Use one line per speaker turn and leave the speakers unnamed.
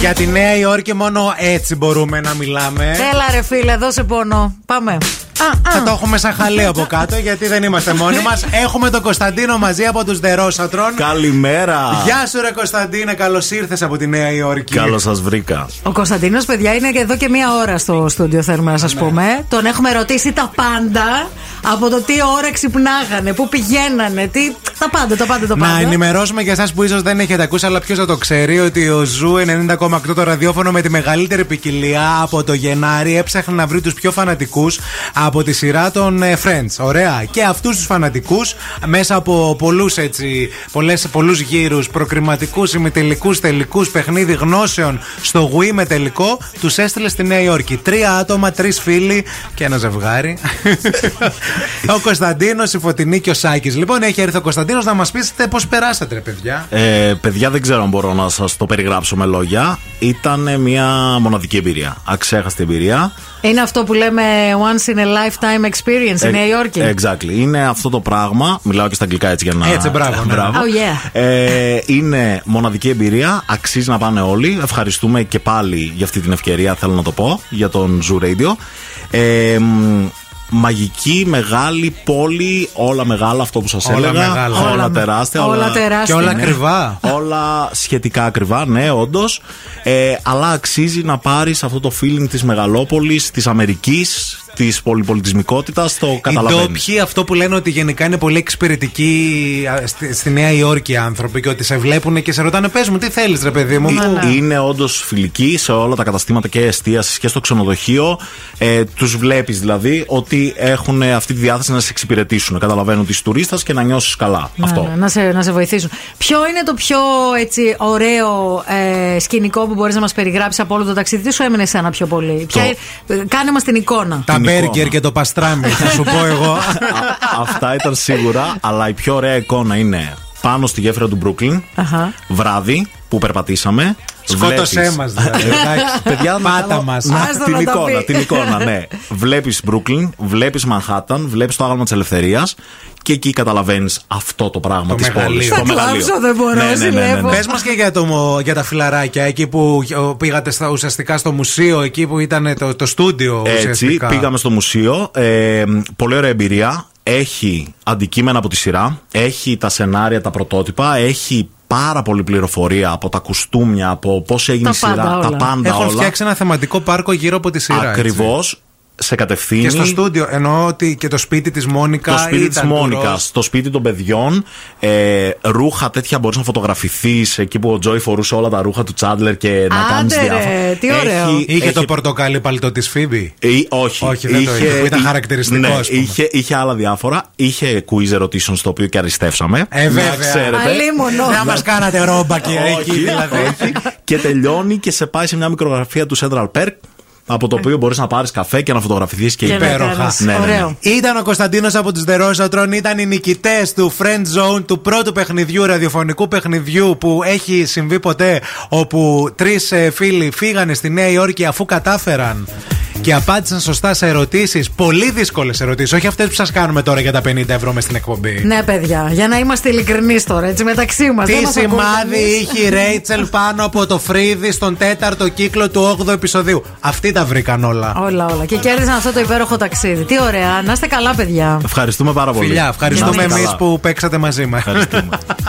Για τη Νέα Υόρκη μόνο έτσι μπορούμε να μιλάμε.
Ε.
Έλα ρε φίλε, δώσε πόνο. Πάμε.
Ε, Α, Ε. θα το έχουμε σαν χαλί από κάτω γιατί δεν είμαστε μόνοι μας. Έχουμε τον Κωνσταντίνο μαζί από τους Δερόσατρων.
Καλημέρα.
Γεια σου, ρε Κωνσταντίνε, καλώς ήρθες από τη Νέα Υόρκη.
Καλώς σας βρήκα.
Ο Κωνσταντίνος, παιδιά, είναι και εδώ και μία ώρα στο στούντιο, θέλουμε να σας
ναι.
πούμε. Τον έχουμε ρωτήσει τα πάντα από το τι ώρα ξυπνάγανε, πού πηγαίνανε, τι. Τα πάντα, τα πάντα, τα πάντα.
Να ενημερώσουμε για εσάς που ίσως δεν έχετε ακούσει, αλλά ποιος θα το ξέρει, ότι ο Ζου 90,8 το ραδιόφωνο με τη μεγαλύτερη ποικιλία από το Γενάρη έψαχνε να βρει τους πιο φανατικούς από τη σειρά των ε, Friends. Ωραία. Και αυτούς τους φανατικούς μέσα από πολλούς έτσι, πολλές, πολλούς γύρους προκριματικούς, ημιτελικούς, τελικούς, παιχνίδι γνώσεων στο Wii με τελικό, τους έστειλε στη Νέα Υόρκη. Τρία άτομα, τρεις φίλοι και ένα ζευγάρι. ο Κωνσταντίνος, η Φωτεινή και ο Σάκης. Λοιπόν, έχει έρθει ο Κωνσταντίνος να μας πείτε πώς περάσατε ρε παιδιά.
Ε, παιδιά, δεν ξέρω αν μπορώ να σας το περιγράψω με λόγια. Ήταν μια μοναδική εμπειρία. Αξέχαστη εμπειρία.
Είναι αυτό που λέμε once in a lifetime
Ε,
experience στη Νέα Υόρκη.
Exactly. Είναι αυτό το πράγμα. Μιλάω και στα αγγλικά έτσι για να.
Έτσι, μπράβο, ναι.
μπράβο.
Oh, yeah.
ε, είναι μοναδική εμπειρία. Αξίζει να πάνε όλοι. Ευχαριστούμε και πάλι για αυτή την ευκαιρία, θέλω να το πω, για τον Zoo Radio. Ε, μ, μαγική, μεγάλη πόλη, όλα μεγάλα αυτό που σας
Όλα
έλεγα.
μεγάλα.
Όλα,
Όλα-
τεράστια.
όλα τεράστια.
Και όλα
Ναι.
ακριβά.
Όλα σχετικά ακριβά, ναι, όντως. Ε, αλλά αξίζει να πάρεις αυτό το feeling της μεγαλόπολης, της Αμερικής, της πολυπολιτισμικότητας. Το
Οι
καταλαβαίνεις.
ντόπιοι αυτό που λένε ότι γενικά είναι πολύ εξυπηρετικοί α, στη, στη Νέα Υόρκη άνθρωποι και ότι σε βλέπουν και σε ρωτάνε πες μου τι θέλεις ρε παιδί μου.
Ε, Είναι όντως φιλική σε όλα τα καταστήματα και εστίασης και στο ξενοδοχείο. Ε, τους βλέπεις δηλαδή ότι έχουν αυτή τη διάθεση να σε εξυπηρετήσουν. Καταλαβαίνουν τη τουρίστας και να νιώσεις καλά.
Να,
αυτό.
ναι, να, σε, να σε βοηθήσουν. Ποιο είναι το πιο έτσι, ωραίο ε, σκηνικό που μπορείς να μας περιγράψεις από όλο το ταξίδι, τι σου έμεινε εσένα πιο πολύ. Ποια,
Το-
ε, κάνε μας την εικόνα.
Τα
Την
μπέργκερ
εικόνα.
και το παστράμι, θα σου πω εγώ.
Α- αυτά ήταν σίγουρα, αλλά η πιο ωραία εικόνα είναι πάνω στη γέφυρα του Brooklyn,
Αχα.
βράδυ που περπατήσαμε.
Σκότωσέ
βλέπεις-
μας, δηλαδή. εντάξει.
Παιδιά, να
Πάτα
κάνω-
μας.
Να,
Άστο
την
να τα
εικόνα,
πει.
την εικόνα, ναι. Βλέπεις Brooklyn, βλέπεις Manhattan, βλέπεις το άγαλμα της ελευθερίας και εκεί καταλαβαίνεις αυτό το Ναι, πράγμα της πόλης.
μεγαλείο.
Θα κλάψω, δεν μπορώ, ζηλεύω.
Πες μας και για, το, μο- για τα φιλαράκια, εκεί που ο, πήγατε στα, ουσιαστικά στο μουσείο, εκεί που ήταν το, το στούντιο.
Έτσι,
ουσιαστικά.
πήγαμε στο μουσείο. Ε, πολύ ωραία εμπειρία. Έχει αντικείμενα από τη σειρά. Έχει τα σενάρια, τα πρωτότυπα. Έχει πάρα πολλή πληροφορία από τα κουστούμια, από πώς έγινε
Τα
η σειρά.
πάντα όλα.
Τα πάντα
Έχουν
όλα.
φτιάξει ένα θεματικό πάρκο γύρω από τη σειρά. έτσι.
Ακριβώς. Σε κατευθύνει.
Και στο στούντιο, εννοώ ότι και το σπίτι της Μόνικα.
Το σπίτι
ήταν
τη Μόνικα,
τουρός.
το σπίτι των παιδιών, ε, ρούχα τέτοια μπορείς να φωτογραφηθείς εκεί που ο Τζόι φορούσε όλα τα ρούχα του Τσάντλερ και να
Άντε ρε,
κάνει διάφορα.
τι ωραίο.
Έχει-
Είχε
Ε, έχει-
το πορτοκαλί παλτό τη Φίβη.
Ε, Ή- όχι.
Όχι, δεν το είχε, που ήταν
ή-
χαρακτηριστικό,
Ναι,
ας πούμε.
είχε, είχε άλλα διάφορα. Είχε quiz ερωτήσεων στο οποίο και αριστεύσαμε.
Ε, βέβαια.
Να ξέρετε.
Αλίμονο.
Να μας κάνατε ρόμπα και εκεί,
Ναι. Όχι,
δηλαδή.
όχι. και τελειώνει και σε πάει σε μια μικρογραφία του Central Perk από το οποίο μπορείς να πάρεις καφέ και να φωτογραφηθείς
Και
και,
να
υπέροχα.
κάνεις.
Ναι, ναι, ναι.
Ωραίο.
Ήταν ο Κωνσταντίνος από τους Δερόσατρων, ήταν οι νικητές του Friend Zone, του πρώτου παιχνιδιού, ραδιοφωνικού παιχνιδιού που έχει συμβεί ποτέ. Όπου τρεις φίλοι φύγανε στη Νέα Υόρκη αφού κατάφεραν και απάντησαν σωστά σε ερωτήσεις. Πολύ δύσκολες ερωτήσεις, όχι αυτές που σας κάνουμε τώρα για τα 50 ευρώ μες στην εκπομπή.
Ναι, παιδιά, για να είμαστε ειλικρινείς τώρα, έτσι μεταξύ μας.
Τι σημάδι είχε η Ρέιτσελ πάνω από το φρύδι στον τέταρτο κύκλο του 8ου επεισοδίου. Αυτοί τα βρήκαν όλα.
Όλα, όλα. Και κέρδισαν αυτό το υπέροχο ταξίδι. Τι ωραία. Να είστε καλά, παιδιά.
Ευχαριστούμε πάρα πολύ.
Φιλιά,
Να
ευχαριστούμε
είστε
εμείς
καλά.
που παίξατε μαζί μας.
Ευχαριστούμε.